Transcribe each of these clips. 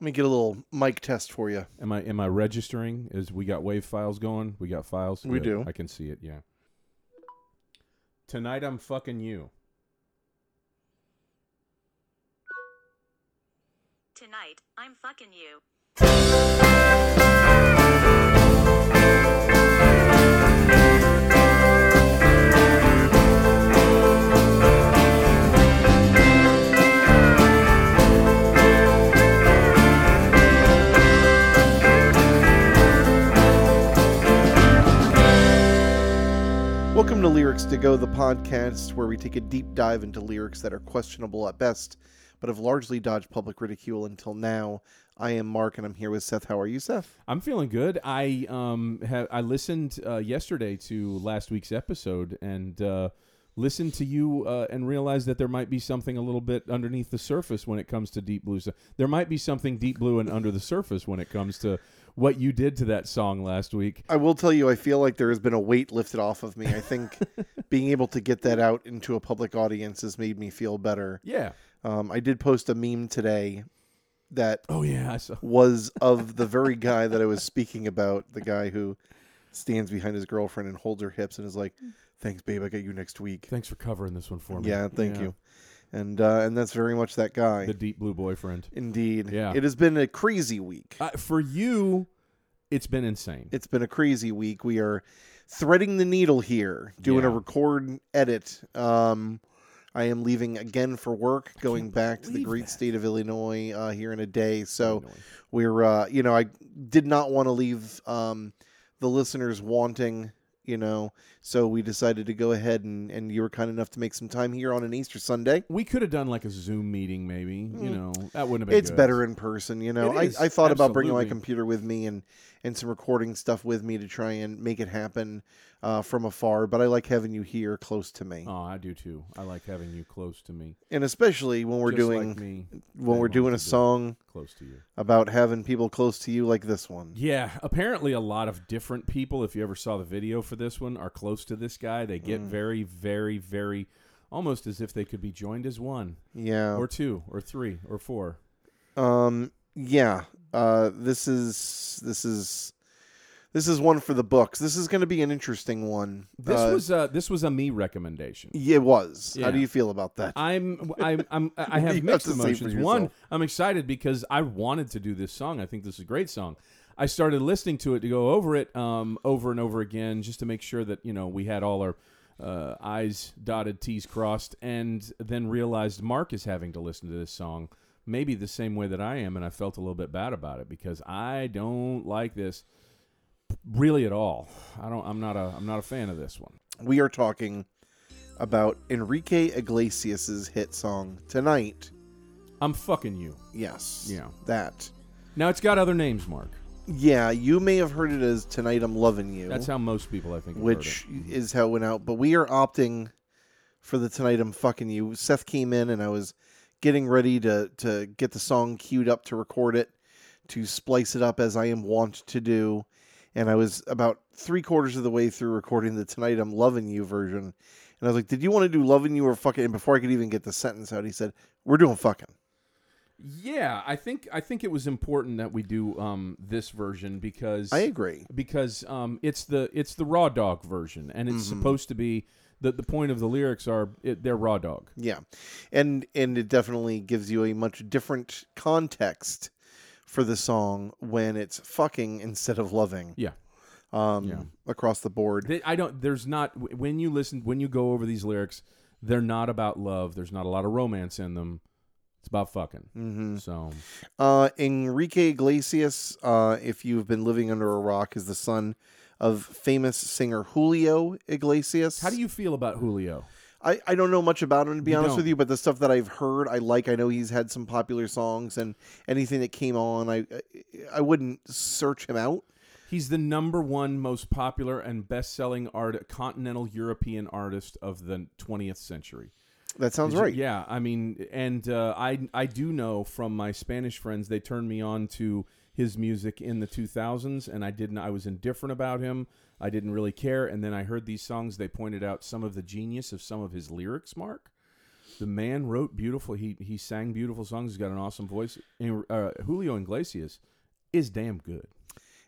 Let me get a little mic test for you. Am I am I registering? Is we got wave files going? We got files. We do. I can see it. Yeah. Tonight I'm fucking you. Tonight, I'm fucking you. Welcome to Lyrics to Go, the podcast where we take a deep dive into lyrics that are questionable at best, but have largely dodged public ridicule until now. I am Mark, and I'm here with Seth. How are you, Seth? I'm feeling good. I um have I listened uh, yesterday to last week's episode and uh, listened to you uh, and realized that there might be something a little bit underneath the surface when it comes to Deep Blue. So- There might be something Deep Blue and under the surface when it comes to what you did to that song last week. I will tell you, I feel like there has been a weight lifted off of me. I think being able to get that out into a public audience has made me feel better. Yeah. Um, I did post a meme today that Oh yeah. I saw. was of the very guy that I was speaking about, the guy who stands behind his girlfriend and holds her hips and is like, "Thanks, babe, I get you next week." Thanks for covering this one for me. Yeah, thank Yeah. you. And uh, and that's very much that guy. The Deep Blue boyfriend. Indeed. Yeah. It has been a crazy week. Uh, for you, it's been insane. It's been a crazy week. We are threading the needle here, doing a Yeah. record and edit. Um, I am leaving again for work, going back to the believe great that. state of Illinois uh, here in a day. So Illinois. we're, uh, you know, I did not want to leave um, the listeners wanting, you know, so we decided to go ahead and, and you were kind enough to make some time here on an Easter Sunday. we could have done like a Zoom meeting, maybe. You know, that wouldn't have been. Mm. It's good. better in person, you know. It I, is, I thought about bringing my absolutely. computer with me and and some recording stuff with me to try and make it happen uh, from afar, but I like having you here close to me, Oh, I do too. I like having you close to me. and especially when we're Just doing like me when they we're want doing to a do it. song close to you. about having people close to you like this one. Yeah, apparently a lot of different people. If you ever saw the video for this one, are close to this guy. They Mm. get very, very, very, almost as if they could be joined as one Yeah, or two or three or four. um, yeah. Uh, this is this is this is one for the books. This is going to be an interesting one. This Uh, was uh, this was a me recommendation. yeah, it was. How Yeah. do you feel about that? I'm I'm, I'm I You have have mixed to say for emotions. yourself. One, I'm excited because I wanted to do this song. I think this is a great song. I started listening to it to go over it um, over and over again just to make sure that you know we had all our uh, I's dotted, T's crossed, and then realized Mark is having to listen to this song maybe the same way that I am, and I felt a little bit bad about it because I don't like this really at all. I don't. I'm not a. I'm not a fan of this one. we are talking about Enrique Iglesias' hit song Tonight. I'm fucking you. Yes. Yeah. That. Now it's got other names, Mark. Yeah, you may have heard it as Tonight I'm Loving You, That's how most people, I think, have which heard it. is how it went out, but we are opting for the Tonight I'm Fucking You. Seth came in and I was getting ready to, to get the song queued up to record it, to splice it up as I am wont to do. And I was about three quarters of the way through recording the Tonight I'm Loving You version. And I was like, Did you want to do Loving You or Fucking? And before I could even get the sentence out, he said, We're doing fucking. yeah, I think I think it was important that we do um, this version because I agree. because um, it's the it's the raw dog version, and it's Mm-hmm. supposed to be the the point of the lyrics are it, they're raw dog. Yeah, and and it definitely gives you a much different context for the song when it's fucking instead of loving. Yeah, Um, Yeah. across the board. They- I don't. There's not when you listen when you go over these lyrics, they're not about love. There's not a lot of romance in them. It's about fucking. hmm So Uh, Enrique Iglesias, uh, if you've been living under a rock, is the son of famous singer Julio Iglesias. how do you feel about Julio? I, I don't know much about him to be You honest with don't. you, but the stuff that I've heard, I like. I know he's had some popular songs, and anything that came on, I I wouldn't search him out. He's the number one most popular and best selling art continental European artist of the 20th century. That sounds Did you- right. Yeah, I mean, and uh, I I do know from my Spanish friends they turned me on to his music in the 2000s, and I didn't. I was indifferent about him. I didn't really care, and then I heard these songs. They pointed out some of the genius of some of his lyrics, Mark, The man wrote beautiful. He he sang beautiful songs. He's got an awesome voice. And, uh, Julio Iglesias is damn good.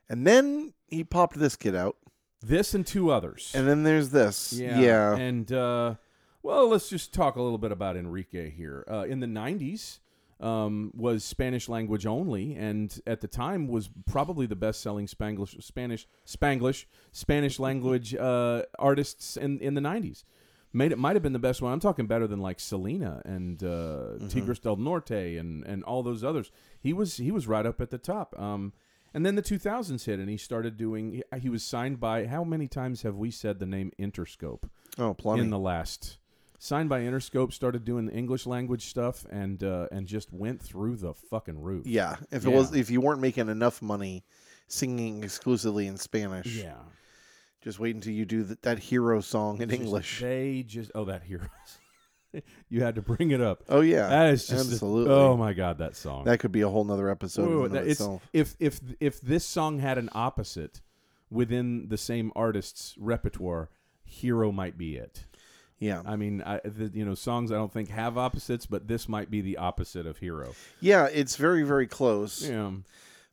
And then he popped this kid out. This and two others. And then there's this. Yeah. And uh, well, let's just talk a little bit about Enrique here. Uh, in the '90s, um, was Spanish language only, and at the time was probably the best-selling Spanglish, Spanish, Spanglish, Spanish language uh, artists in in the '90s. Made it might have been the best one. I'm talking better than like Selena and uh, Tigres del Norte and and all those others. He was he was right up at the top. Um, and then the 2000s hit, and he started doing. He, he was signed by. How many times have we said the name Interscope? oh, plumbing. in the last. Signed by Interscope, started doing the English language stuff, and uh, and just went through the fucking roof. yeah. If it Yeah. was, if you weren't making enough money singing exclusively in Spanish, yeah. just wait until you do th- that hero song in English. They just oh that heroes. you had to bring it up. oh yeah, that is just a- absolutely. oh my god that song. that could be a whole nother episode. Whoa, in and that- of it's- itself. if if if this song had an opposite within the same artist's repertoire, hero might be it. Yeah, I mean, I, the, you know, songs I don't think have opposites, but this might be the opposite of hero. yeah. It's very, very close. Yeah.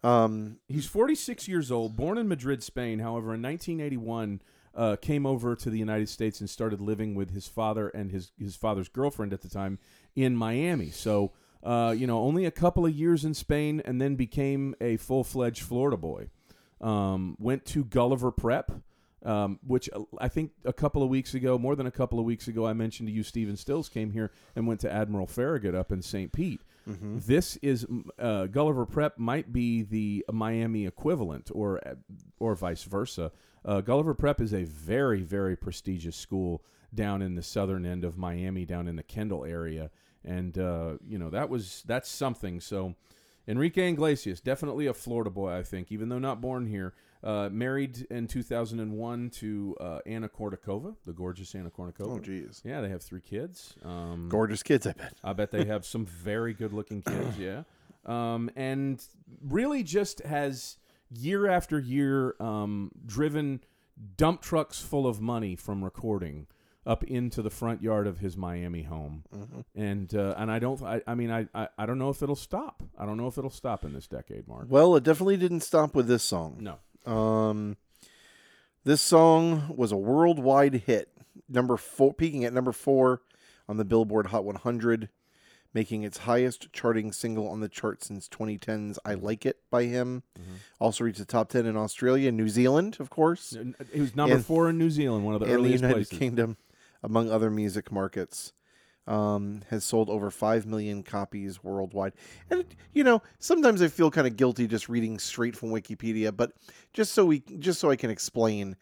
Um, He's 46 years old, born in Madrid, Spain. However, in 1981, uh, came over to the United States and started living with his father and his his father's girlfriend at the time in Miami. So, uh, you know, only a couple of years in Spain, and then became a full fledged Florida boy. Um, went to Gulliver Prep, um, which uh, I think a couple of weeks ago, more than a couple of weeks ago, I mentioned to you, Stephen Stills came here and went to Admiral Farragut up in St. Pete. This is m- uh, Gulliver Prep might be the Miami equivalent, or uh, or vice versa. Uh, Gulliver Prep is a very very prestigious school down in the southern end of Miami, down in the Kendall area, and uh, you know that was that's something. So. Enrique Iglesias, definitely a Florida boy, I think, even though not born here. Uh, married in 2001 to uh, Anna Kournikova, the gorgeous Anna Kournikova. oh, geez, yeah, they have three kids. Um, gorgeous kids. I bet. I bet they have some very good looking kids, yeah. Um, and really just has year after year um, driven dump trucks full of money from recording up into the front yard of his Miami home. Mm-hmm. And uh, and I don't I, I mean I, I I don't know if it'll stop. I don't know if it'll stop in this decade, Mark. Well, it definitely didn't stop with this song. No. Um, this song was a worldwide hit, number four, peaking at number four on the Billboard Hot 100, making its highest charting single on the chart since 2010's "I Like It" by him. Also reached the top ten in Australia, New Zealand, of course, It was number And- 4 in New Zealand, one of the and the earliest United places. Kingdom, among other music markets. Um, has sold over five million copies worldwide, and it- you know sometimes I feel kind of guilty just reading straight from Wikipedia, but just so we just so I can explain,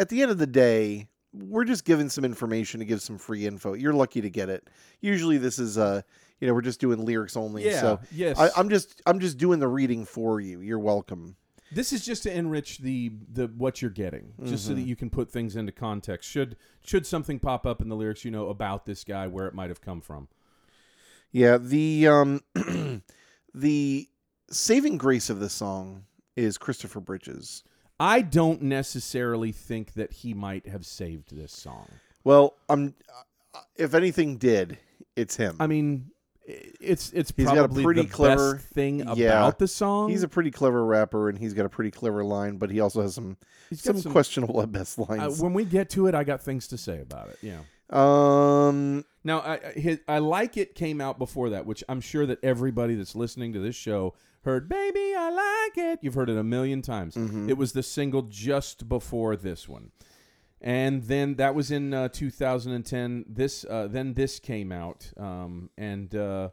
at the end of the day, we're just giving some information to give some free info. You're lucky to get it. Usually this is uh you know we're just doing lyrics only, Yeah. so yes. I, I'm just I'm just doing the reading for you. You're welcome. This is just to enrich the the what you're getting, just so that you can put things into context. Should should something pop up in the lyrics, you know about this guy, where it might have come from. Yeah, the um the saving grace of this song is Christopher Bridges. I don't necessarily think that he might have saved this song. Well, I'm uh, if anything did, it's him. I mean, i- it's it's He's got a probably pretty the clever- best thing about yeah. the song. he's a pretty clever rapper and he's got a pretty clever line, but he also has some He's got some, questionable at best uh, lines. when we get to it, I got things to say about it. Yeah. um Now, I, I- his, I like it came out before that, which I'm sure that everybody that's listening to this show heard. Baby, I like it. You've heard it a million times. It was the single just before this one, and then that was in uh, 2010. This uh, then this came out, um, and uh,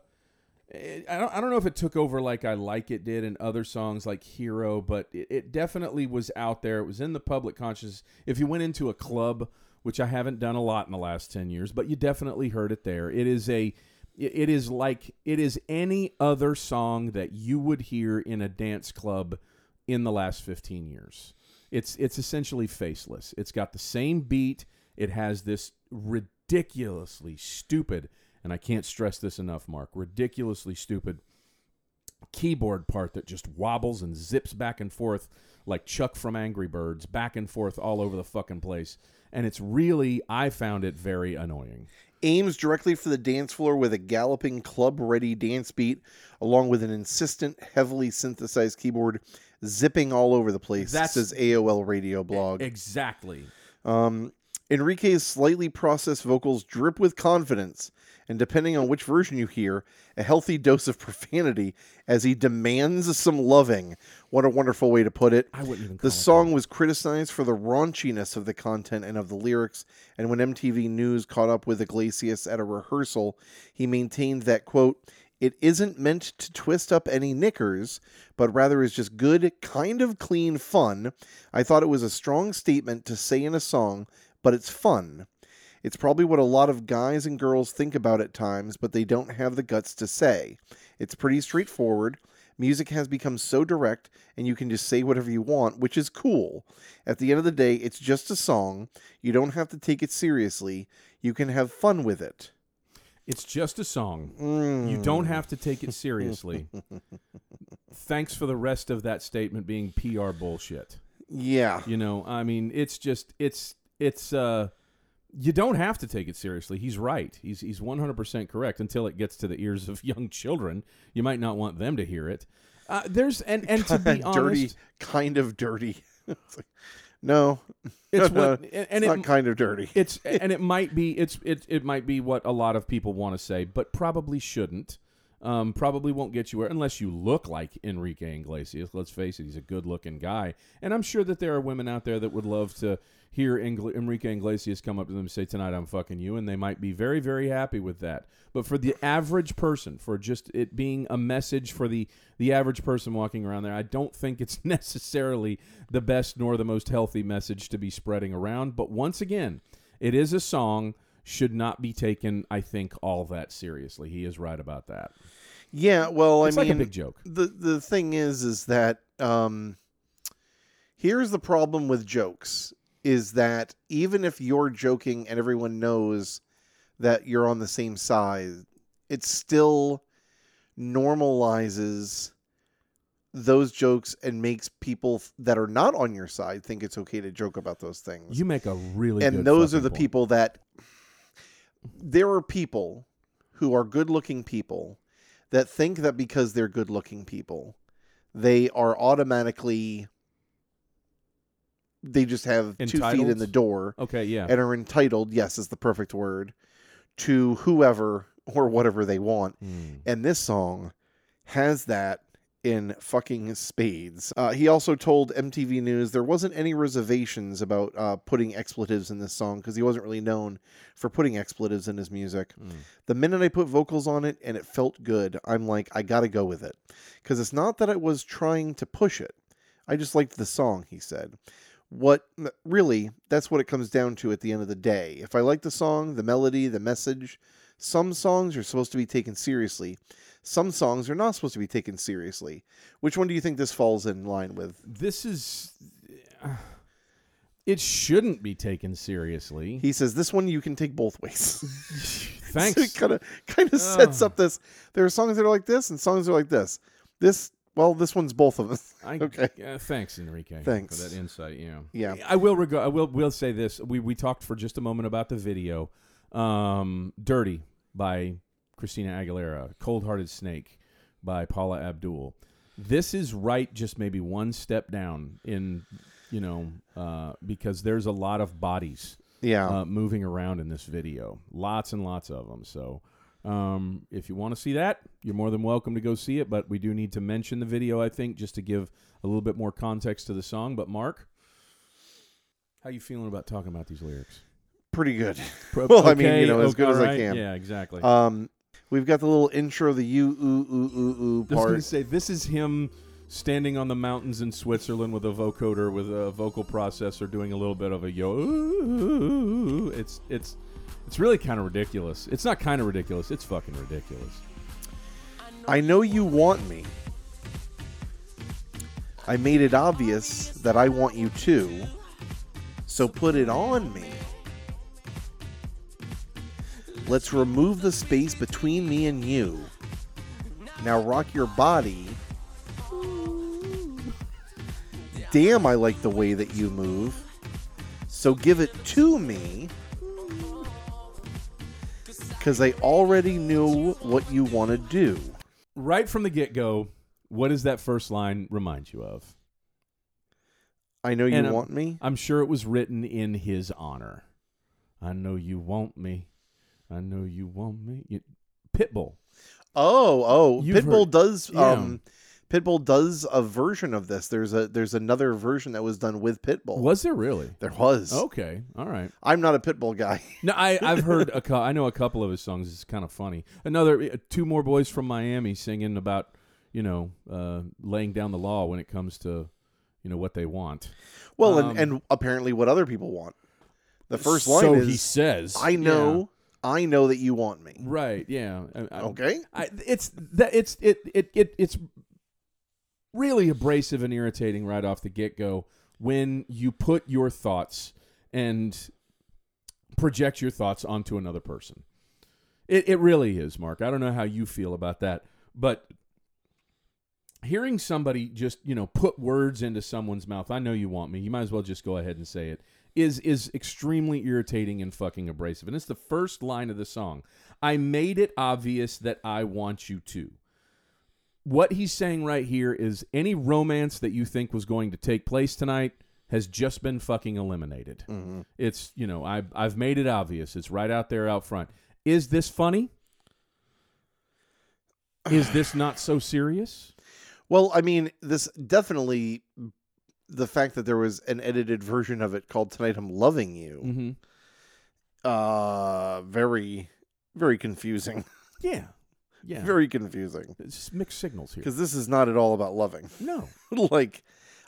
it, Eh, I don't I don't know if it took over like I like it did in other songs like Hero, but it, it definitely was out there. It was in the public conscious. If you went into a club, which I haven't done a lot in the last ten years, but you definitely heard it there. It is a it it is like it is any other song that you would hear in a dance club in the last 15 years. It's it's essentially faceless. It's got the same beat. It has this ridiculously stupid, and I can't stress this enough, Mark, ridiculously stupid keyboard part that just wobbles and zips back and forth like Chuck from Angry Birds, back and forth all over the fucking place. and it's really I found it very annoying. aims directly for the dance floor with a galloping club ready dance beat along with an insistent heavily synthesized keyboard zipping all over the place That's- says aol radio blog Exactly. um, enrique's slightly processed vocals drip with confidence and depending on which version you hear a healthy dose of profanity as he demands some loving what a wonderful way to put it I wouldn't even. Call the it song was criticized for the raunchiness of the content and of the lyrics, and when MTV News caught up with Iglesias at a rehearsal, he maintained that, quote, it isn't meant to twist up any knickers, but rather is just good, kind of clean fun. I thought it was a strong statement to say in a song, but it's fun. It's probably what a lot of guys and girls think about at times, but they don't have the guts to say. It's pretty straightforward. Music has become so direct, and you can just say whatever you want, which is cool. At the end of the day, it's just a song. You don't have to take it seriously. You can have fun with it. It's just a song. Mm. You don't have to take it seriously. Thanks for the rest of that statement being PR bullshit. Yeah. You know, I mean, it's just it's it's uh you don't have to take it seriously. He's right. He's he's 100% correct until it gets to the ears of young children. You might not want them to hear it. Uh, there's and and to be honest, dirty, kind of dirty. It's like, no, it's what and, and it's it not kind of dirty. It's and it might be it's it it might be what a lot of people want to say, but probably shouldn't. Um, probably won't get you where unless you look like Enrique Iglesias. Let's face it, he's a good-looking guy, and I'm sure that there are women out there that would love to hear Engl- Enrique Iglesias come up to them and say, "Tonight I'm fucking you," and they might be very very happy with that. But for the average person, for just it being a message for the the average person walking around there, I don't think it's necessarily the best nor the most healthy message to be spreading around. But once again, it is a song should not be taken i think all that seriously he is right about that Yeah, well, it's I like mean, a big joke the the thing is is that um here's the problem with jokes is that even if you're joking and everyone knows that you're on the same side it still normalizes those jokes and makes people f- that are not on your side think it's okay to joke about those things you make a really and good those are fucking the point. people that there are people who are good looking people that think that because they're good looking people they are automatically they just have two feet in Entitled? the door okay yeah and are entitled yes is the perfect word to whoever or whatever they want Mm. and this song has that in fucking spades. Uh, he also told MTV News there wasn't any reservations about uh, putting expletives in this song because he wasn't really known for putting expletives in his music. Mm. The minute I put vocals on it and it felt good, I'm like, I gotta go with it. Because it's not that I was trying to push it, I just liked the song, he said. What really, that's what it comes down to at the end of the day. If I like the song, the melody, the message, some songs are supposed to be taken seriously. Some songs are not supposed to be taken seriously. Which one do you think this falls in line with? this is it shouldn't be taken seriously He says this one you can take both ways. so it thanks kind of Oh. kind of sets up this. There are songs that are like this and songs that are like this. This well, this one's both of them. I, okay. uh, thanks enrique Thanks. for that insight yeah Yeah. I will reg- I will will say this. We we talked for just a moment about the video, um, "Dirty" by Christina Aguilera, "Cold Hearted Snake" by Paula Abdul. This is right, just maybe one step down in, you know, uh, because there's a lot of bodies Yeah. uh, moving around in this video, lots and lots of them. So. Um, if you want to see that, you're more than welcome to go see it. But we do need to mention the video, I think, just to give a little bit more context to the song. But Mark, how you feeling about talking about these lyrics? Pretty good. Well, I mean, you know, as okay, good as I alright, can. Yeah, exactly. Um we've got the little intro, the you ooh ooh ooh I ooh was going to part. say this is him standing on the mountains in Switzerland with a vocoder with a vocal processor doing a little bit of a yo. It's it's it's really kind of ridiculous. It's not kind of ridiculous. It's fucking ridiculous. I know you want me. I made it obvious that I want you too. So put it on me. Let's remove the space between me and you. Now rock your body. Damn, I like the way that you move. So give it to me. Because I already knew what you want to do. Right from the get go, what does that first line remind you of? I know you And, um, want me. I'm sure it was written in his honor. I know you want me. I know you want me. You- Pitbull. Oh, oh, You've Pitbull heard- does. yeah. Um, Pitbull does a version of this. There's a there's another version that was done with Pitbull. Was there really? There was. Okay. All right. I'm not a Pitbull guy. No, I, I've heard a cou- I know a couple of his songs. It's kind of funny. Another uh, two more boys from Miami singing about you know uh, laying down the law when it comes to you know what they want. Well, Um, and, and apparently what other people want. The first line so is he says, I know, Oh. I know that you want Yeah. me. right? Yeah. I- I- Okay. I, it's that it's it, it it it's really abrasive and irritating right off the get go when you put your thoughts and project your thoughts onto another person. It it really is, Mark. I don't know how you feel about that, but hearing somebody just you know put words into someone's mouth i know you want me you might as well just go ahead and say it is is extremely irritating and fucking abrasive and it's the first line of the song i made it obvious that i want you to what he's saying right here is any romance that you think was going to take place tonight has just been fucking eliminated Mm-hmm. it's you know I, i've made it obvious it's right out there out front is this funny is this not so serious Well, I mean, this definitely the fact that there was an edited version of it called Tonight I'm Loving You. mm-hmm. Mm. Uh very very confusing. Yeah. Yeah. Very confusing. it's just mixed signals here. Cuz this is not at all about loving. No. like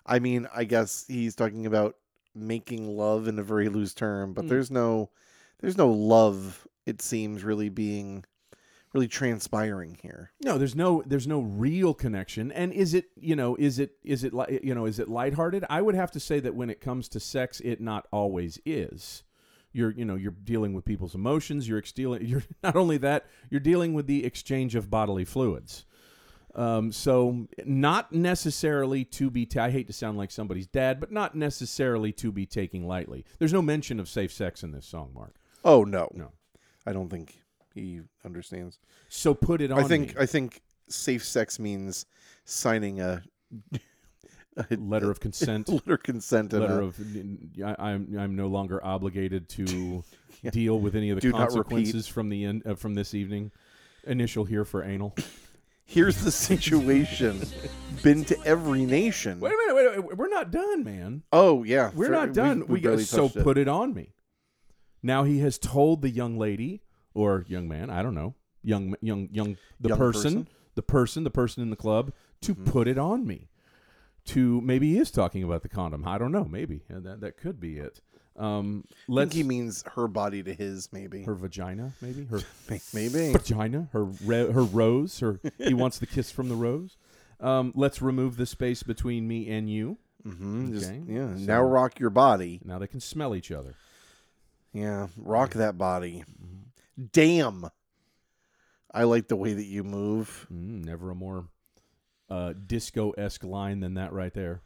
I mean, I guess he's talking about making love in a very loose term, but Mm. there's no there's no love it seems really being really transpiring here. No, there's no there's no real connection. And is it, you know, is it is it li- you know, is it lighthearted? I would have to say that when it comes to sex, it not always is. You're, you know, you're dealing with people's emotions, you're ex- dealing you're not only that, you're dealing with the exchange of bodily fluids. Um, so not necessarily to be ta- I hate to sound like somebody's dad, but not necessarily to be taking lightly. There's no mention of safe sex in this song, Mark. Oh no. No. I don't think he understands. So put it on I think me. I think safe sex means signing a, a letter of consent letter of consent and letter a- of I, am I'm no longer obligated to deal with any of the Do not repeat. consequences from the end uh, from this evening initial here for anal here's the situation been to every nation wait a minute wait a minute we're not done man oh yeah we're fair- not done we, got barely so touched it. put it on me now he has told the young lady or young man I don't know young young young the Young person, Mm-hmm. person. the person the person in the club to put it on me to maybe he is talking about the condom I don't know maybe Uh, that that could be it um I think let's he means her body to his maybe her vagina, maybe her maybe vagina, her re- her rose, her he wants the kiss from the rose. Um, let's remove the space between me and you. hmm just, Okay, yeah so- now rock your body Now they can smell each other. yeah rock that body Mm-hmm. damn I like the way that you move Mm, never a more uh, disco esque line than that right there.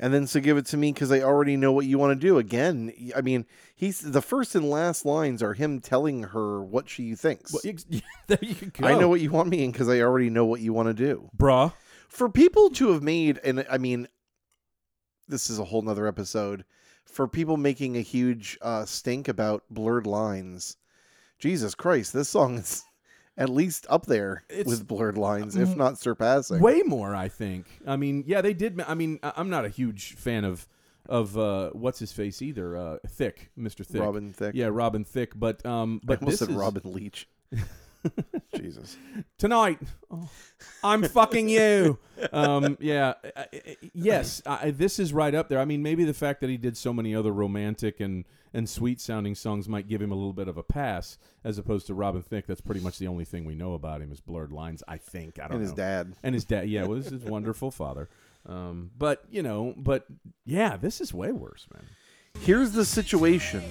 and then so give it to me because I already know what you want to do. Again, I mean, he's the first and last lines are him telling her what she thinks. Well, ex- there you Oh. go. I know what you want me in because I already know what you want to do. Bruh. For people to have made, and I mean, this is a whole nother episode. For people making a huge uh, stink about blurred lines, Jesus Christ, this song is at least up there It's- with blurred lines, if not surpassing. Way more, I think. I mean, yeah, they did. ma- I mean, I- I'm not a huge fan of of uh, what's his face either. Uh, Thick, Mr. Thick. Robin Thicke. Yeah, Robin Thick. But um, I but almost this said is- Robin Leach. Jesus. tonight oh, i'm fucking you um, yeah I- I- yes I, this is right up there i mean maybe the fact that he did so many other romantic and, and sweet sounding songs might give him a little bit of a pass as opposed to robin thicke that's pretty much the only thing we know about him is blurred lines i think i don't And know his dad. and his dad yeah well this is wonderful father um, but you know but yeah this is way worse man Here's the situation.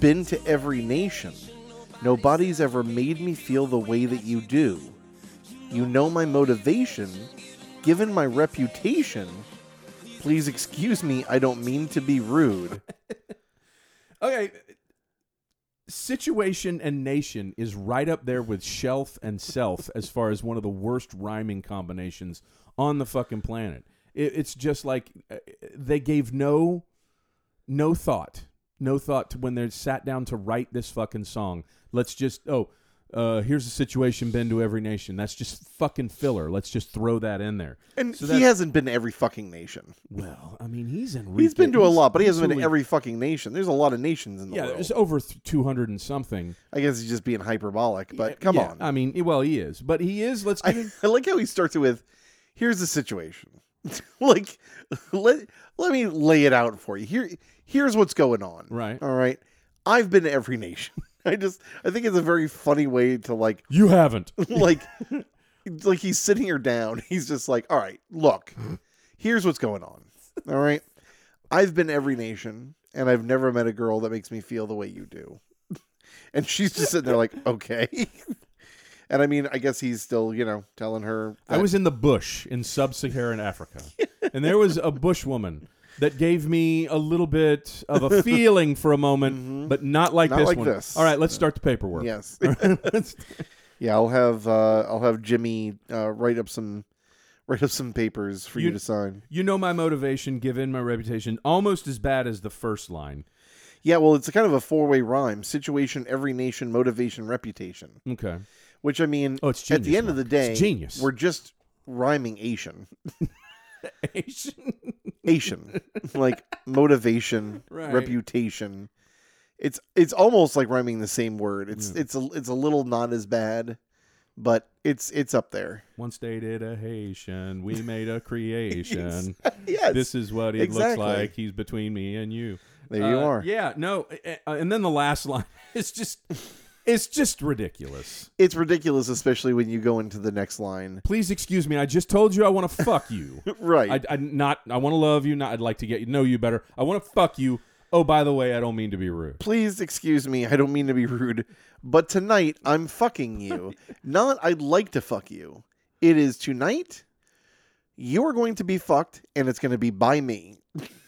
Been to every nation. Nobody's ever made me feel the way that you do. You know my motivation. Given my reputation, please excuse me, I don't mean to be rude. Okay. Situation and nation is right up there with shelf and self as far as one of the worst rhyming combinations on the fucking planet. It, it's just like uh, they gave no no thought, no thought to when they sat down to write this fucking song. Let's just oh, uh, here's the situation been to every nation. That's just fucking filler. Let's just throw that in there. And So he that- hasn't been to every fucking nation. Well, I mean, he's in. He's been to a lot, but he hasn't been to to every fucking nation. There's a lot of nations in the Yeah, world. there's over two hundred and something. I guess he's just being hyperbolic, but come Eh, Yeah, on. I mean, well, he is, but he is. Let's give I, him. I like how he starts it with, "Here's the situation." like, let let me lay it out for you. Here, here's what's going on. Right. All right. I've been to every nation. I just, I think it's a very funny way to like, You haven't. like, like he's sitting her down. He's just like, "All right, look, here's what's going on." All right. I've been to every nation, and I've never met a girl that makes me feel the way you do. And she's just sitting there like, okay. And I mean, I guess he's still, you know, telling her. I was in the bush in sub-Saharan Africa, and there was a bush woman that gave me a little bit of a feeling for a moment, but not like Mm-hmm. Not this like one. this. All right, let's start the paperwork. Yes. Let's- yeah, I'll have uh, I'll have Jimmy uh, write up some write up some papers for you, You- to sign. you know my motivation, given my reputation, almost as bad as the first line. Yeah, well, it's a kind of a four way rhyme: situation, every nation, motivation, reputation. Okay. Which I mean, Oh, it's at the genius, end of the Mark. day, It's genius. We're just rhyming Asian, Asian. Asian, like motivation, Right. reputation. It's it's almost like rhyming the same word. It's it's a it's a little not as bad, but it's it's up there. Once dated a Haitian, we made a creation. Yes, This is what it looks Exactly. like. He's between me and you. there you Uh, are. Yeah, no, uh, uh, and then the last line is just it's just ridiculous. It's ridiculous, especially when you go into the next line. Please excuse me. I just told you I want to fuck you. Right. I, I not. I want to love you. Not. I'd like to get you know you better. I want to fuck you. Oh, by the way, I don't mean to be rude. Please excuse me. I don't mean to be rude, but tonight I'm fucking you. Not I'd like to fuck you. It is tonight. You are going to be fucked, and it's going to be by me.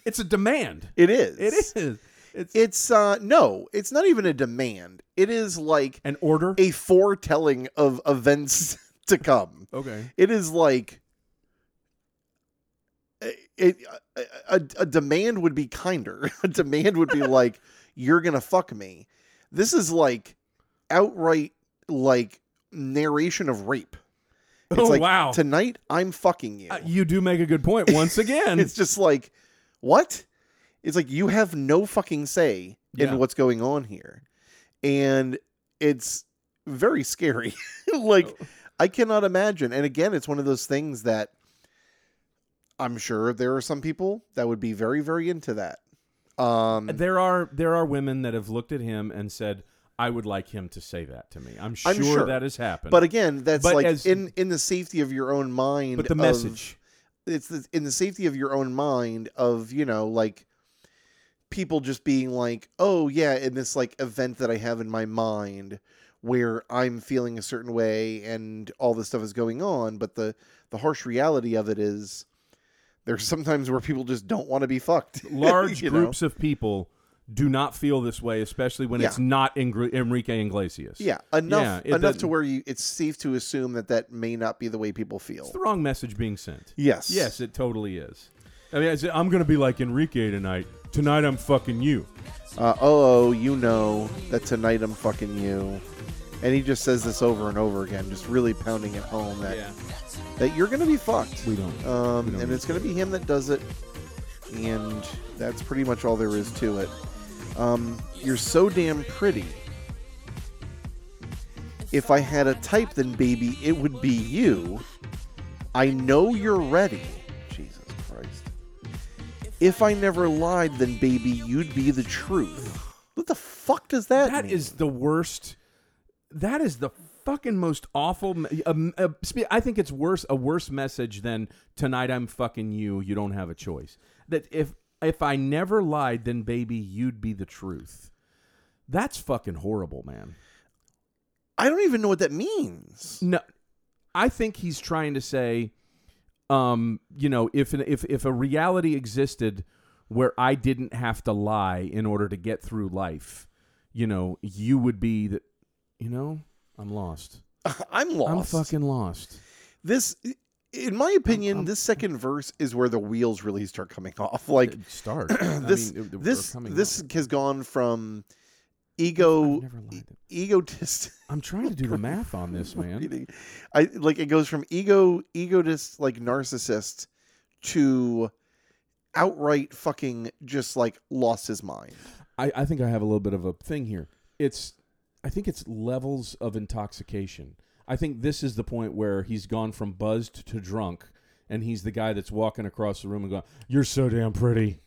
It's a demand. It is. It is. It's It's uh no. It's not even a demand. It is like an order. a foretelling of events to come. Okay. It is like. It, a, a, a demand would be kinder. A demand would be like, "You're gonna fuck me." This is like outright like narration of rape. It's oh like wow. tonight I'm fucking you. Uh, you do make a good point once again. it's just like what? It's like you have no fucking say Yeah. in what's going on here, and it's very scary. like Oh. I cannot imagine. And again, it's one of those things that I'm sure there are some people that would be very, very into that. Um, there are there are women that have looked at him and said, "I would like him to say that to me." I'm sure, sure. that has happened. but again, that's But like as- in in the safety of your own mind. but the of- message. it's the, in the safety of your own mind of you know like people just being like oh yeah in this like event that i have in my mind where i'm feeling a certain way and all this stuff is going on but the the harsh reality of it is there's sometimes where people just don't want to be fucked large you know? groups of people do not feel this way, especially when it's Yeah. not Ingr- Enrique Iglesias. yeah enough Yeah, it enough to doesn't- where you it's safe to assume that that may not be the way people feel It's the wrong message being sent. yes Yes, it totally is. I mean, I said, I'm going to be like Enrique tonight. Tonight I'm fucking you. uh, oh, oh, you know that tonight I'm fucking you. And he just says this over and over again, just really pounding it home that, that you're going to be fucked. We don't- Um, we don't and it's going to be him that does it. And that's pretty much all there is to it. Um, you're so damn pretty. If I had a type, then baby, it would be you. I know you're ready. Jesus Christ. If I never lied, then baby, you'd be the truth. What the fuck does that, That mean? is the worst. That is the fucking most awful. me- Um, uh, spe- I think it's worse a worse message than tonight I'm fucking you. You don't have a choice. That if if I never lied, then baby, you'd be the truth. That's fucking horrible, man. I don't even know what that means. No, I think he's trying to say, um, you know, if an, if if a reality existed where I didn't have to lie in order to get through life, you know, you would be that. You know, I'm lost. I'm lost. I'm fucking lost. this, in my opinion, this second verse is where the wheels really start coming off. Like Start. this, I mean, it- it- this, we're coming this up. has gone from I've ego, never lied. egotist. I'm trying to do the math on this, man. reading. I like it goes from ego, egotist, like narcissist, to outright fucking just like lost his mind. I, I think I have a little bit of a thing here. It's I think it's levels of intoxication. I think this is the point where he's gone from buzzed to drunk and he's the guy that's walking across the room and going, You're so damn pretty.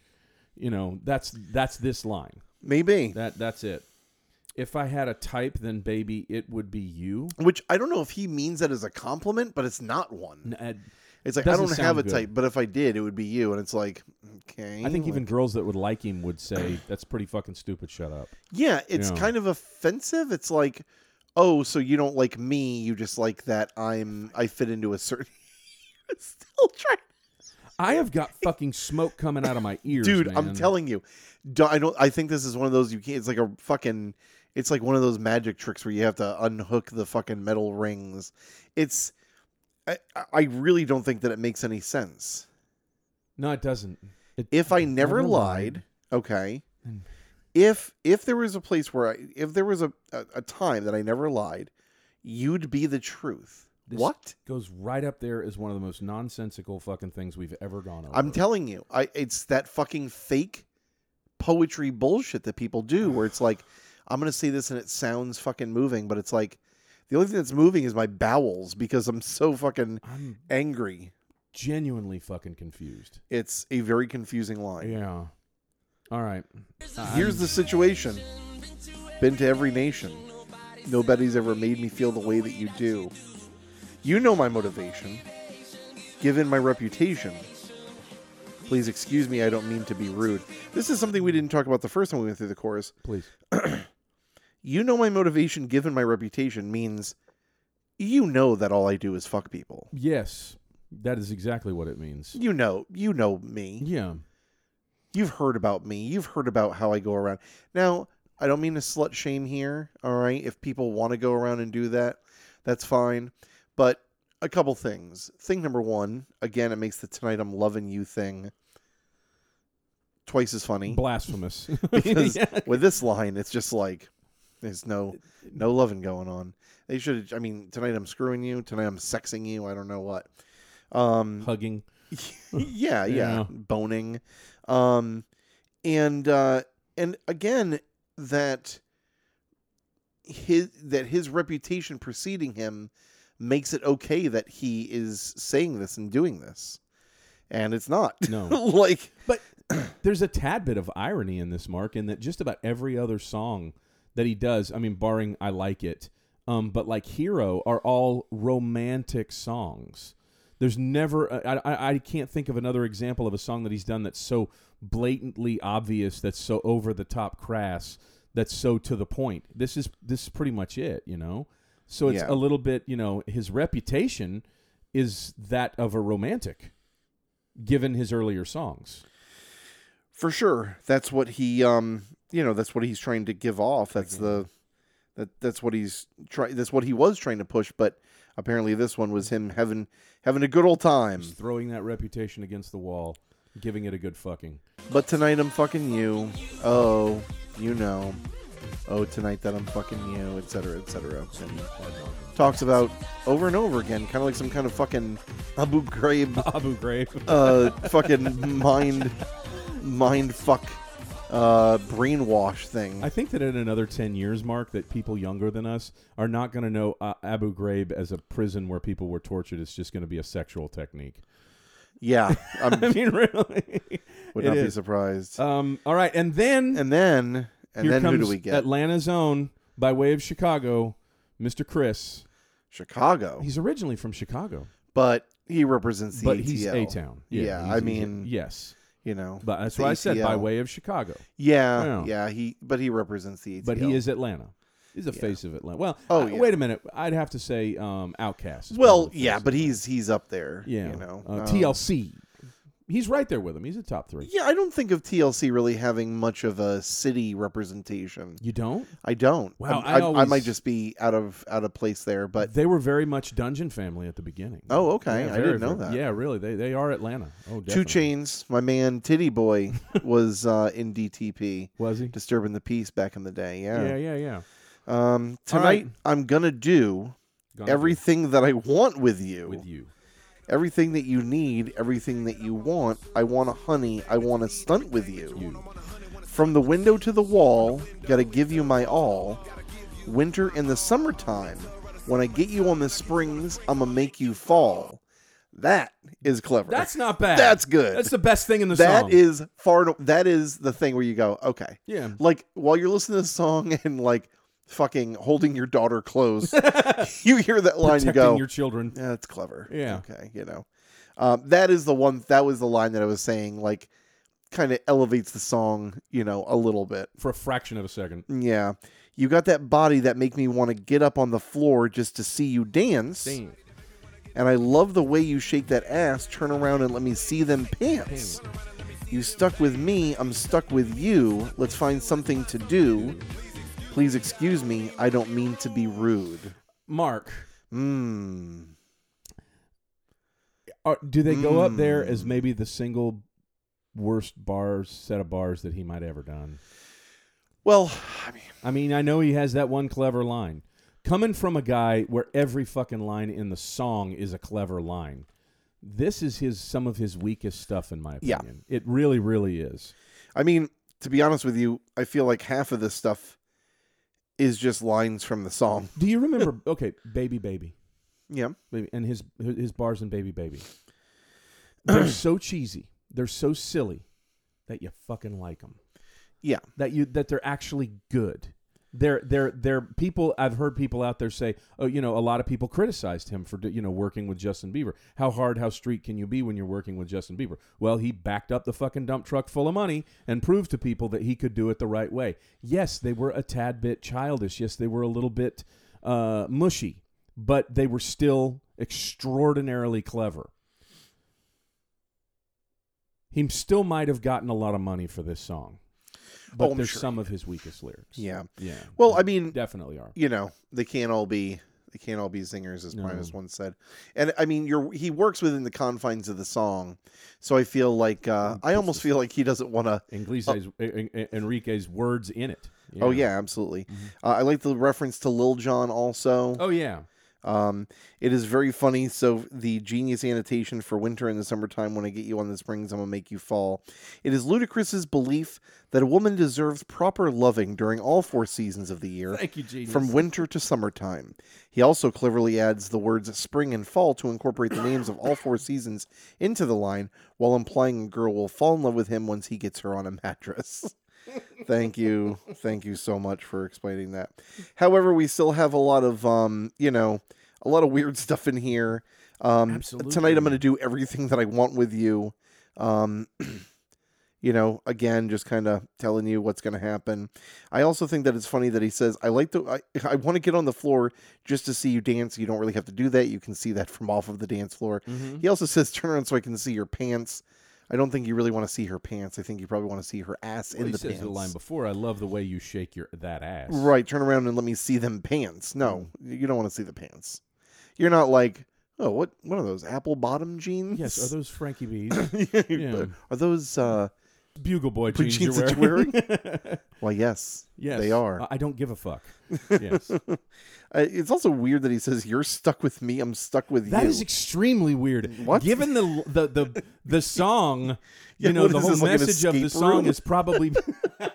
You know, that's that's this line. Maybe. That that's it. If I had a type, then baby, it would be you. Which I don't know if he means that as a compliment, but it's not one. N- uh, I It's like I Doesn't don't have sound a good. type, but if I did, it would be you. And it's like, okay. I think even like- girls that would like him would say, That's pretty fucking stupid, shut up. yeah, it's Yeah. kind of offensive. It's like, oh, so you don't like me? You just like that I'm I fit into a certain. Still trying, I have got fucking smoke coming out of my ears. dude. I'm man. telling you, Do- I don't. I think this is one of those you can't. It's like a fucking. It's like one of those magic tricks where you have to unhook the fucking metal rings. It's. I, I really don't think that it makes any sense. No, it doesn't. It, if I never, Never lied, lied. okay. Mm. If if there was a place where I if there was a, a, a time that I never lied, you'd be the truth. This- what? goes right up there as one of the most nonsensical fucking things we've ever gone over. I'm telling you, I it's that fucking fake poetry bullshit that people do where it's like, I'm gonna say this and it sounds fucking moving, but it's like the only thing that's moving is my bowels because I'm so fucking I'm angry. genuinely fucking confused. It's a very confusing line. Yeah. All right. Here's the situation. Been to every nation. Nobody's ever made me feel the way that you do. You know my motivation. Given my reputation. Please excuse me, I don't mean to be rude. This is something we didn't talk about the first time we went through the chorus. Please. You know my motivation, given my reputation, means you know that all I do is fuck people. Yes, that is exactly what it means. You know, you know me. Yeah. you've heard about me. You've heard about how I go around. Now, I don't mean to slut shame here, all right? If people want to go around and do that, that's fine. But a couple things. Thing number one, again, it makes the tonight I'm loving you thing twice as funny. Blasphemous. Because Yeah. with this line, it's just like there's no no loving going on. They should I mean, tonight I'm screwing you, tonight I'm sexing you, I don't know what. Um Hugging. yeah, yeah, Yeah. boning, um, and uh, and again that his that his reputation preceding him makes it okay that he is saying this and doing this, and it's not No. like But there's a tad bit of irony in this, Mark, in that just about every other song that he does, I mean, barring I Like It, um, but like Hero are all romantic songs. There's never, uh, I, I, I can't think of another example of a song that he's done that's so blatantly obvious, that's so over the top crass, that's so to the point. This is, this is pretty much it, you know? So it's Yeah. a little bit, you know, his reputation is that of a romantic, given his earlier songs. for sure that's what he um you know that's what he's trying to give off. That's the that that's what he's try that's what he was trying to push, but apparently this one was him having having a good old time. Just throwing that reputation against the wall, giving it a good fucking. But tonight I'm fucking you. Oh, you know. Oh, tonight that I'm fucking you, etc., etc. And talks about over and over again, kind of like some kind of fucking Abu Ghraib, Abu Ghraib. uh, fucking mind, mind fuck, uh, brainwash thing. I think that in another 10 years, Mark, that people younger than us are not going to know uh, Abu Ghraib as a prison where people were tortured. It's just going to be a sexual technique. yeah, I'm, I mean, really. would It not be is. surprised. Um, all right. And then, and then, and here then comes who do we get? Atlanta's own, by way of Chicago, Mr. Chris. Chicago, He's originally from Chicago, but he represents the but ATL. he's A Town. Yeah, he's- I he's- mean- yes. You know, But that's The why I said by ATL. way of Chicago. yeah, Yeah. yeah. He, but he represents the E ATL. But he is Atlanta. He's a Yeah. face of Atlanta. Well, Oh, oh, yeah. wait a minute. I'd have to say um, Outcast. Well, yeah, but he's he's up there. yeah, you know, uh, Um, TLC. he's right there with him. He's a top three. Yeah, I don't think of TLC really having much of a city representation. You don't? I don't. Wow, I'm- I I, I, always- might just be out of out of place there, but They were very much Dungeon Family at the beginning. Oh, okay. I very, didn't know very- that. Yeah, really. They they are Atlanta. Oh, definitely. Two Chains, my man Titty Boy was uh, in DTP, was he? disturbing the peace back in the day. Yeah. Yeah, yeah, yeah. Um, All tonight right. I'm gonna do Gone everything that I want with you. with you. Everything that you need, everything that you want. I want a honey. I want to stunt with you. You. From the window to the wall, gotta give you my all. Winter and the summertime. When I get you on the springs, I'ma make you fall. That is clever. That's not bad. That's good. That's the best thing in the song. That is far. and- That is the thing where you go, okay. Yeah. Like while you're listening to this song and like fucking holding your daughter close, you hear that line. You protecting go, your children. yeah, that's clever. Yeah. Okay. You know, um, that is the one. That was the line that I was saying. Like, kind of elevates the song. You know, a little bit. for a fraction of a second. Yeah. You got that body that make me want to get up on the floor just to see you dance. Damn. And I love the way you shake that ass, turn around and let me see them pants. You stuck with me, I'm stuck with you. Let's find something to do. Please excuse me, I don't mean to be rude. Mark, Mmm. are, do they go up there as maybe the single worst bars set of bars that he might ever done? Well, I mean, I mean, I know he has that one clever line. Coming from a guy where every fucking line in the song is a clever line. This is his some of his weakest stuff in my Yeah. opinion. It really really is. I mean, to be honest with you, I feel like half of this stuff is just lines from the song. Do you remember okay, Baby Baby? Yeah. Baby- and his his bars and Baby Baby. They're so cheesy. They're so silly that you fucking like them. Yeah. that you that they're actually good. They're they're they're people. I've heard people out there say, oh, you know, a lot of people criticized him for you know working with Justin Bieber. How hard, how street can you be when you're working with Justin Bieber? Well, he backed up the fucking dump truck full of money and proved to people that he could do it the right way. Yes, they were a tad bit childish. Yes, they were a little bit uh, mushy, but they were still extraordinarily clever. He still might have gotten a lot of money for this song but Oh, I'm there's sure. some of his weakest lyrics. Yeah. yeah. Well, I mean, uh, definitely are. you know they can't all be they can't all be singers as No. minus one said and i mean you're he works within the confines of the song so i feel like uh i almost feel like he doesn't want to Iglesias, En- En- Enrique's words in it. oh yeah absolutely uh, i like the reference to lil Jon also Oh yeah. um it is very funny so the genius annotation for winter and the summertime when i get you on the springs i'm gonna make you fall it is ludacris's belief that a woman deserves proper loving during all four seasons of the year you, genius. from winter to summertime. He also cleverly adds the words spring and fall to incorporate the names of all four seasons into the line, while implying a girl will fall in love with him once he gets her on a mattress. Thank you. Thank you so much for explaining that. However, we still have a lot of um, you know, a lot of weird stuff in here. Um tonight Absolutely. I'm going to do everything that I want with you. Um you know, again, just kind of telling you what's going to happen. I also think that it's funny that he says, "I like to, I, I want to get on the floor just to see you dance. You don't really have to do that. You can see that from off of the dance floor." Mhm. He also says, "Turn around so I can see your pants." I don't think you really want to see her pants. I think you probably want to see her ass Well, in he the says pants. the line before. I love the way you shake your that ass. Right, turn around and let me see them pants. No, Hmm. you don't want to see the pants. You're not like, oh, what? What are those apple bottom jeans? Yes. Are those Frankie B's yeah. those? are those? Uh, bugle boy Blue jeans, jeans you're that you're wearing? well, yes, yes. they are. I- I don't give a fuck. Yes. Uh, it's also weird that he says, "You're stuck with me. I'm stuck with That you." is extremely weird. What? Given the the the, the song, you Yeah, know, what the is whole this, like an message of the escape song room? is probably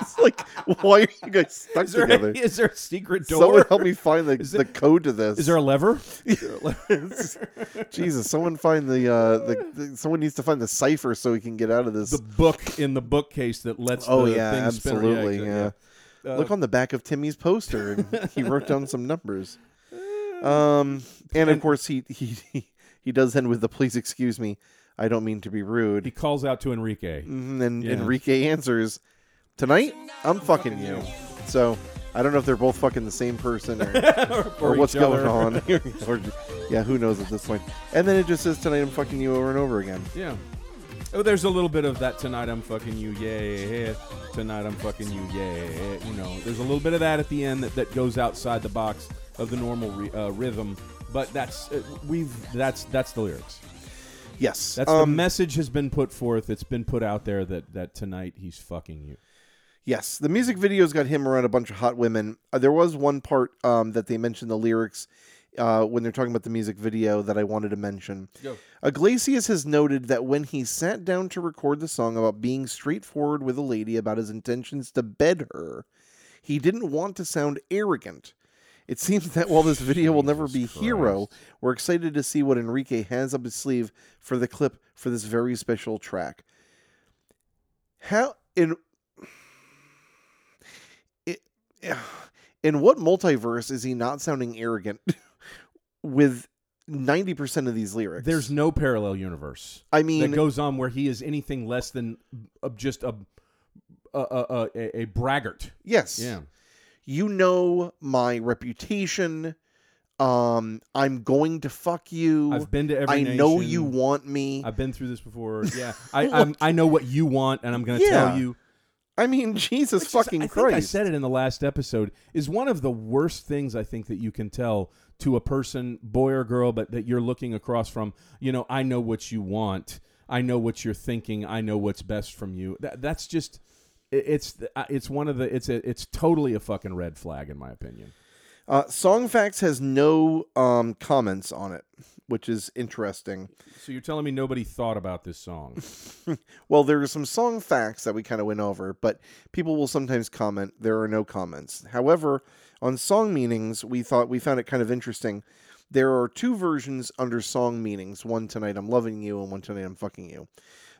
It's like, why are you guys stuck is, there, together? is there a secret door? Someone help me find the, the code to this. Is there a lever? Jesus, someone find the, uh, the, the someone needs to find the cipher so he can get out of this. the book in the bookcase that lets oh the yeah, thing spin. absolutely. exa- yeah. Uh, Look on the back of Timmy's poster, and he wrote down some numbers. Um, and of course he he he- he does end with the please excuse me, I don't mean to be rude. He calls out to Enrique. Mhm, and Yeah. Enrique answers, "Tonight, I'm fucking you." So I don't know if they're both fucking the same person or, or each what's going other. on. or, yeah, who knows at this point. And then it just says tonight I'm fucking you over and over again. Yeah. Oh, there's a little bit of that tonight I'm fucking you, yeah. Tonight I'm fucking you, yeah. You know, there's a little bit of that at the end that, that goes outside the box of the normal re- uh, rhythm, but that's uh, we've that's that's the lyrics. Yes, That's the um, message has been put forth. It's been put out there that that tonight he's fucking you. Yes, the music video's got him around a bunch of hot women. Uh, there was one part um, that they mentioned the lyrics uh, when they're talking about the music video that I wanted to mention. Go. Iglesias has noted that when he sat down to record the song about being straightforward with a lady about his intentions to bed her, he didn't want to sound arrogant. It seems that while this video will never be Jesus hero, Christ. we're excited to see what Enrique has up his sleeve for the clip for this very special track. How in it, in what multiverse is he not sounding arrogant with 90% of these lyrics? There's no parallel universe I that mean, goes on where he is anything less than uh, just a a, a, a, a braggart. yes. Yeah. You know my reputation. Um, I'm going to fuck you. I've been to every. I know nation. you want me. I've been through this before. Yeah, I I'm, I know what you want, and I'm going to Yeah. tell you. I mean, Jesus Which is- fucking I think Christ. I said it in the last episode. Is one of the worst things I think that you can tell to a person, boy or girl, but that you're looking across from. You know, I know what you want. I know what you're thinking. I know what's best from you. That, that's just. it- It's the- uh, it's one of the it's a it's totally a fucking red flag in my opinion. Uh, Songfacts has no um, comments on it, which is interesting. So you're telling me nobody thought about this song? Well, there are some song facts that we kind of went over, but people will sometimes comment. There are no comments. However, on song meanings, we thought we found it kind of interesting. There are two versions under song meanings one tonight I'm loving you, and one tonight I'm fucking you.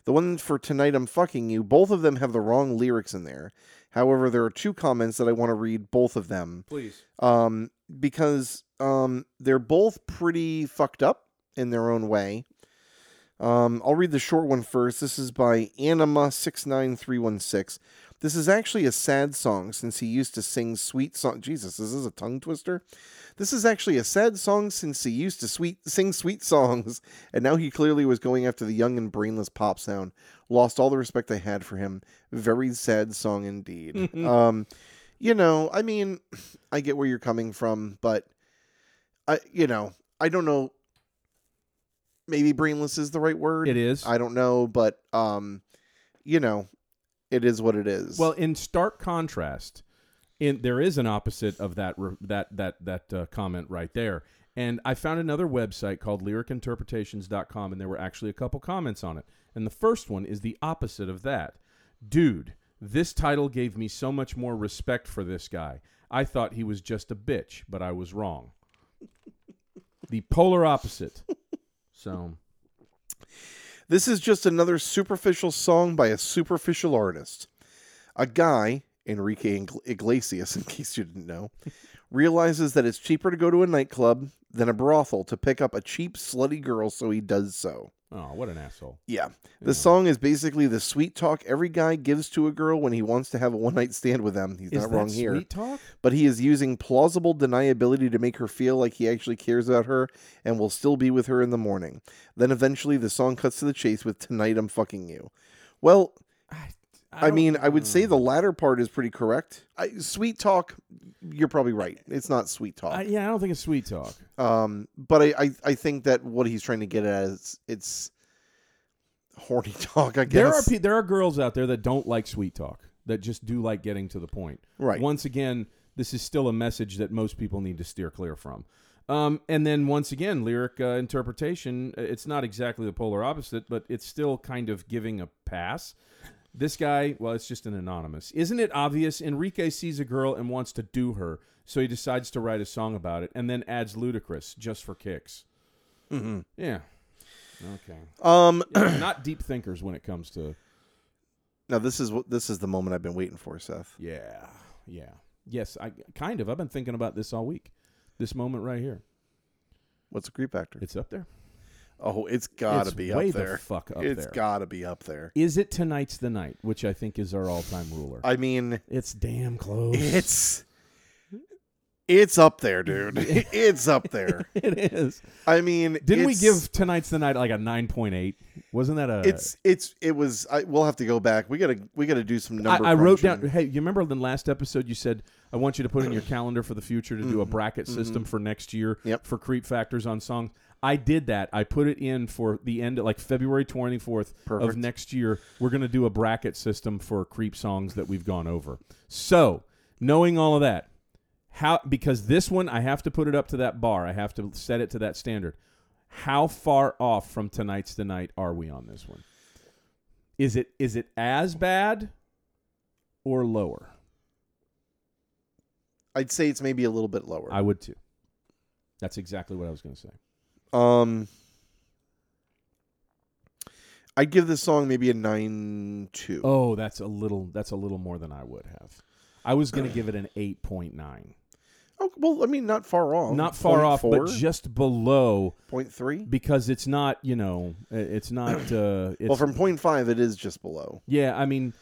The one for tonight I'm fucking you, both of them have the wrong lyrics in there. However, there are two comments that I want to read both of them Please. um, because um, they're both pretty fucked up in their own way. Um, I'll read the short one first. This is by Anima six nine three one six. This is actually a sad song since he used to sing sweet song. Jesus, this is a tongue twister. This is actually a sad song since he used to sweet sing sweet songs, and now he clearly was going after the young and brainless pop sound. Lost all the respect I had for him. Very sad song indeed. um, you know, I mean, I get where you're coming from, but I, you know, I don't know. Maybe brainless is the right word. It is. I don't know, but um, you know, it is what it is. Well, in stark contrast, in there is an opposite of that re- that that that uh, comment right there. And I found another website called lyricinterpretations.com and there were actually a couple comments on it. And the first one is the opposite of that. Dude, this title gave me so much more respect for this guy. I thought he was just a bitch, but I was wrong. the polar opposite. So, This is just another superficial song by a superficial artist. A guy, Enrique Ing- Iglesias, in case you didn't know, realizes that it's cheaper to go to a nightclub than a brothel to pick up a cheap, slutty girl, so he does so. oh, what an asshole. Yeah. The song is basically the sweet talk every guy gives to a girl when he wants to have a one night stand with them. He's Is not that wrong here. sweet talk? But he is using plausible deniability to make her feel like he actually cares about her and will still be with her in the morning. Then eventually the song cuts to the chase with Tonight I'm Fucking You. Well, I, I, don't- mean, I would say the latter part is pretty correct. Hmm. I, sweet talk, you're probably right. It's not sweet talk. I- yeah, I don't think it's sweet talk. Um, but I, I, I think that what he's trying to get at is it's horny talk, I guess. There are pe- there are girls out there that don't like sweet talk that just do like getting to the point. Right. Once again, this is still a message that most people need to steer clear from. Um, and then once again, lyric uh, interpretation. uh, It's not exactly the polar opposite, but it's still kind of giving a pass. This guy, well, it's just an anonymous. Isn't it obvious? Enrique sees a girl and wants to do her, so he decides to write a song about it, and then adds ludicrous just for kicks. Mm-hmm. Yeah. Okay. um, Yeah, not deep thinkers when it comes to now this is what this is the moment I've been waiting for, Seth. Yeah, yeah, yes. I kind of. I've been thinking about this all week. This moment right here. What's a creep factor? It's up there. Oh, it's gotta It's be way up the there. fuck up It's there. gotta be up there. Is it tonight's the night? Which I think is our all-time ruler. I mean, it's damn close. it's It's up there, dude. it's up there. it is. I mean, Didn't we it's- give tonight's the night like a nine point eight? Wasn't that a? It's it's it was. I, we'll have to go back. We gotta we gotta do some I, number. I wrote down. crunching. Hey, you remember the last episode? You said I want you to put in your calendar for the future to do a bracket system for next year Mm-hmm. Yep. for creep factors on songs. I did that. I put it in for the end, like February twenty fourth of Perfect. next year. We're going to do a bracket system for creep songs that we've gone over. So, knowing all of that, how because this one I have to put it up to that bar. I have to set it to that standard. How far off from tonight's the night are we on this one? Is it is it as bad or lower? I'd say it's maybe a little bit lower. I would too. That's exactly what I was going to say. Um, I'd give this song maybe a nine two. Oh, that's a little that's a little more than I would have. I was going to give it an 8.9. Oh, well, I mean, not far off. Not far off, but 0.4? just below 0.3? because it's not, you know, i- it's not uh it's Well, from 0.5, it is just below. Yeah, I mean,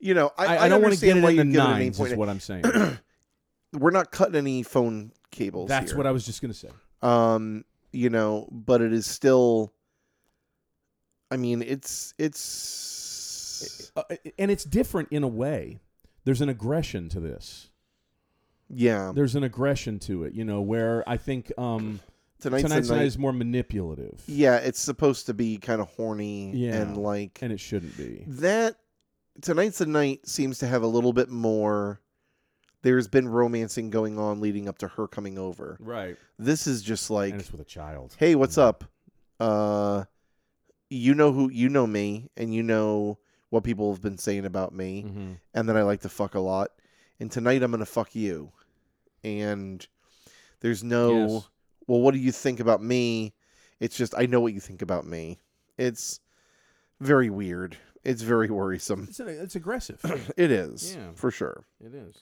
You know, I, I, I don't want to get understand it why in the you'd give it an nines. Is 8.8. what I'm saying. We're not cutting any phone cables. That's here. what I was just going to say. um you know but it is still i mean it's it's Uh, and it's different in a way. There's an aggression to this. yeah There's an aggression to it, you know, where I think um, tonight's, tonight's, the night, night- is more manipulative, yeah it's supposed to be kind of horny Yeah. and like and it shouldn't be. that tonight's the night seems to have a little bit more there's been romancing going on leading up to her coming over Right. this is just like and it's with a child. hey what's up uh you know who you know me and you know what people have been saying about me Mhm. and that I like to fuck a lot. And tonight I'm gonna fuck you. And there's no Yes. well, what do you think about me? It's just I know what you think about me. It's very weird. It's very worrisome. It's, it's aggressive. It is Yeah. for sure. it is.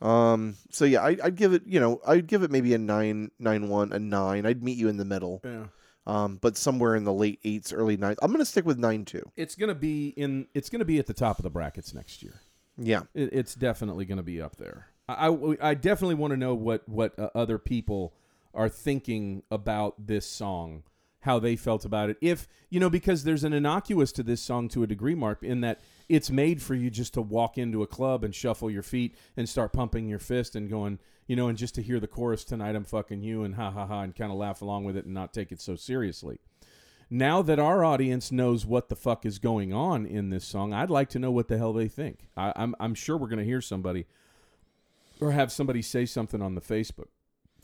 Um. So yeah, I, I'd give it. You know, I'd give it maybe a nine, nine one, a nine. I'd meet you in the middle. Yeah. Um. But somewhere in the late eights, early nines. I'm gonna stick with nine two. It's gonna be in. It's gonna be at the top of the brackets next year. Yeah. It, it's definitely gonna be up there. I, I, I definitely want to know what what uh, other people are thinking about this song, how they felt about it. If you know, because there's an innocuous to this song to a degree, Mark, in that it's made for you just to walk into a club and shuffle your feet and start pumping your fist and going, you know, and just to hear the chorus tonight, I'm fucking you and ha ha ha, and kind of laugh along with it and not take it so seriously. Now that our audience knows what the fuck is going on in this song, I'd like to know what the hell they think. I, I'm, I'm sure we're going to hear somebody or have somebody say something on the Facebook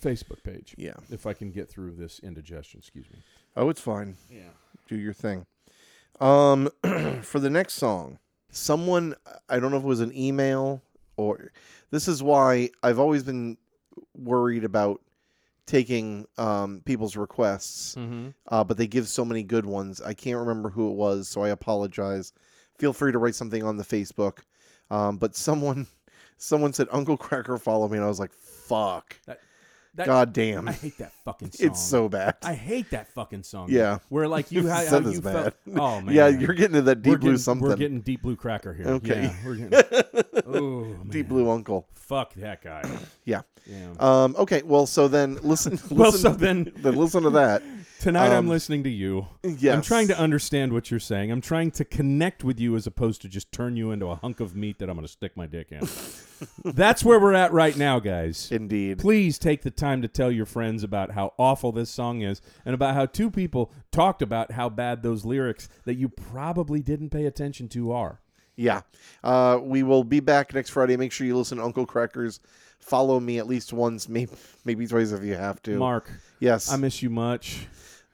Facebook page. Yeah. If I can get through this indigestion, excuse me. Oh, it's fine. Yeah. do your thing. Um, for the next song, someone I don't know if it was an email or this is why I've always been worried about taking um, people's requests, Mm-hmm. uh, but they give so many good ones. I can't remember who it was, so I apologize. Feel free to write something on the Facebook. Um, but someone, someone said Uncle Cracker follow me, and I was like, "Fuck, That, god damn, I hate that fucking song. it's so bad." I hate that fucking song. Yeah. Where like you how, how Something's you bad. felt. Oh man. yeah, you're getting to that deep we're blue getting, something. We're getting deep blue cracker here. Okay. Yeah, we're getting, oh, man. Deep Blue Uncle. Fuck that guy. Uh, Yeah. Yeah. Um, okay. Well, so then listen. listen well, so then then listen to that. Tonight I'm Um, listening to you. Yes. I'm trying to understand what you're saying. I'm trying to connect with you as opposed to just turn you into a hunk of meat that I'm going to stick my dick in. That's where we're at right now, guys. Indeed. Please take the time to tell your friends about how awful this song is and about how two people talked about how bad those lyrics that you probably didn't pay attention to are. Yeah. Uh, we will be back next Friday. Make sure you listen to Uncle Crackers. Follow me at least once, maybe maybe twice if you have to. Mark, Yes. I miss you much.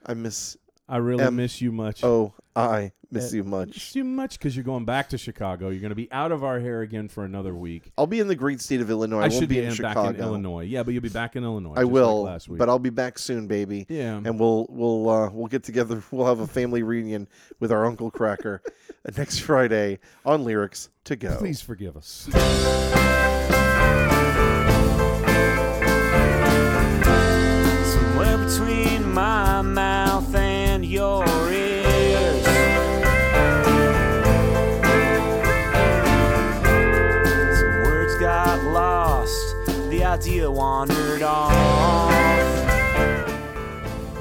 I miss. I really Um, miss you much. Oh, I miss Uh, you much. Miss you much because you're going back to Chicago. You're going to be out of our hair again for another week. I'll be in the great state of Illinois. I, I won't should be be in in- Chicago. back in Illinois. Yeah, but you'll be back in Illinois. I just like will, last week. but I'll be back soon, baby. Yeah. And we'll we'll uh, we'll get together. We'll have a family reunion with our Uncle Cracker uh, next Friday on Lyrics to Go. Please forgive us. Somewhere between my mouth and your ears. Some words got lost, the idea wandered off.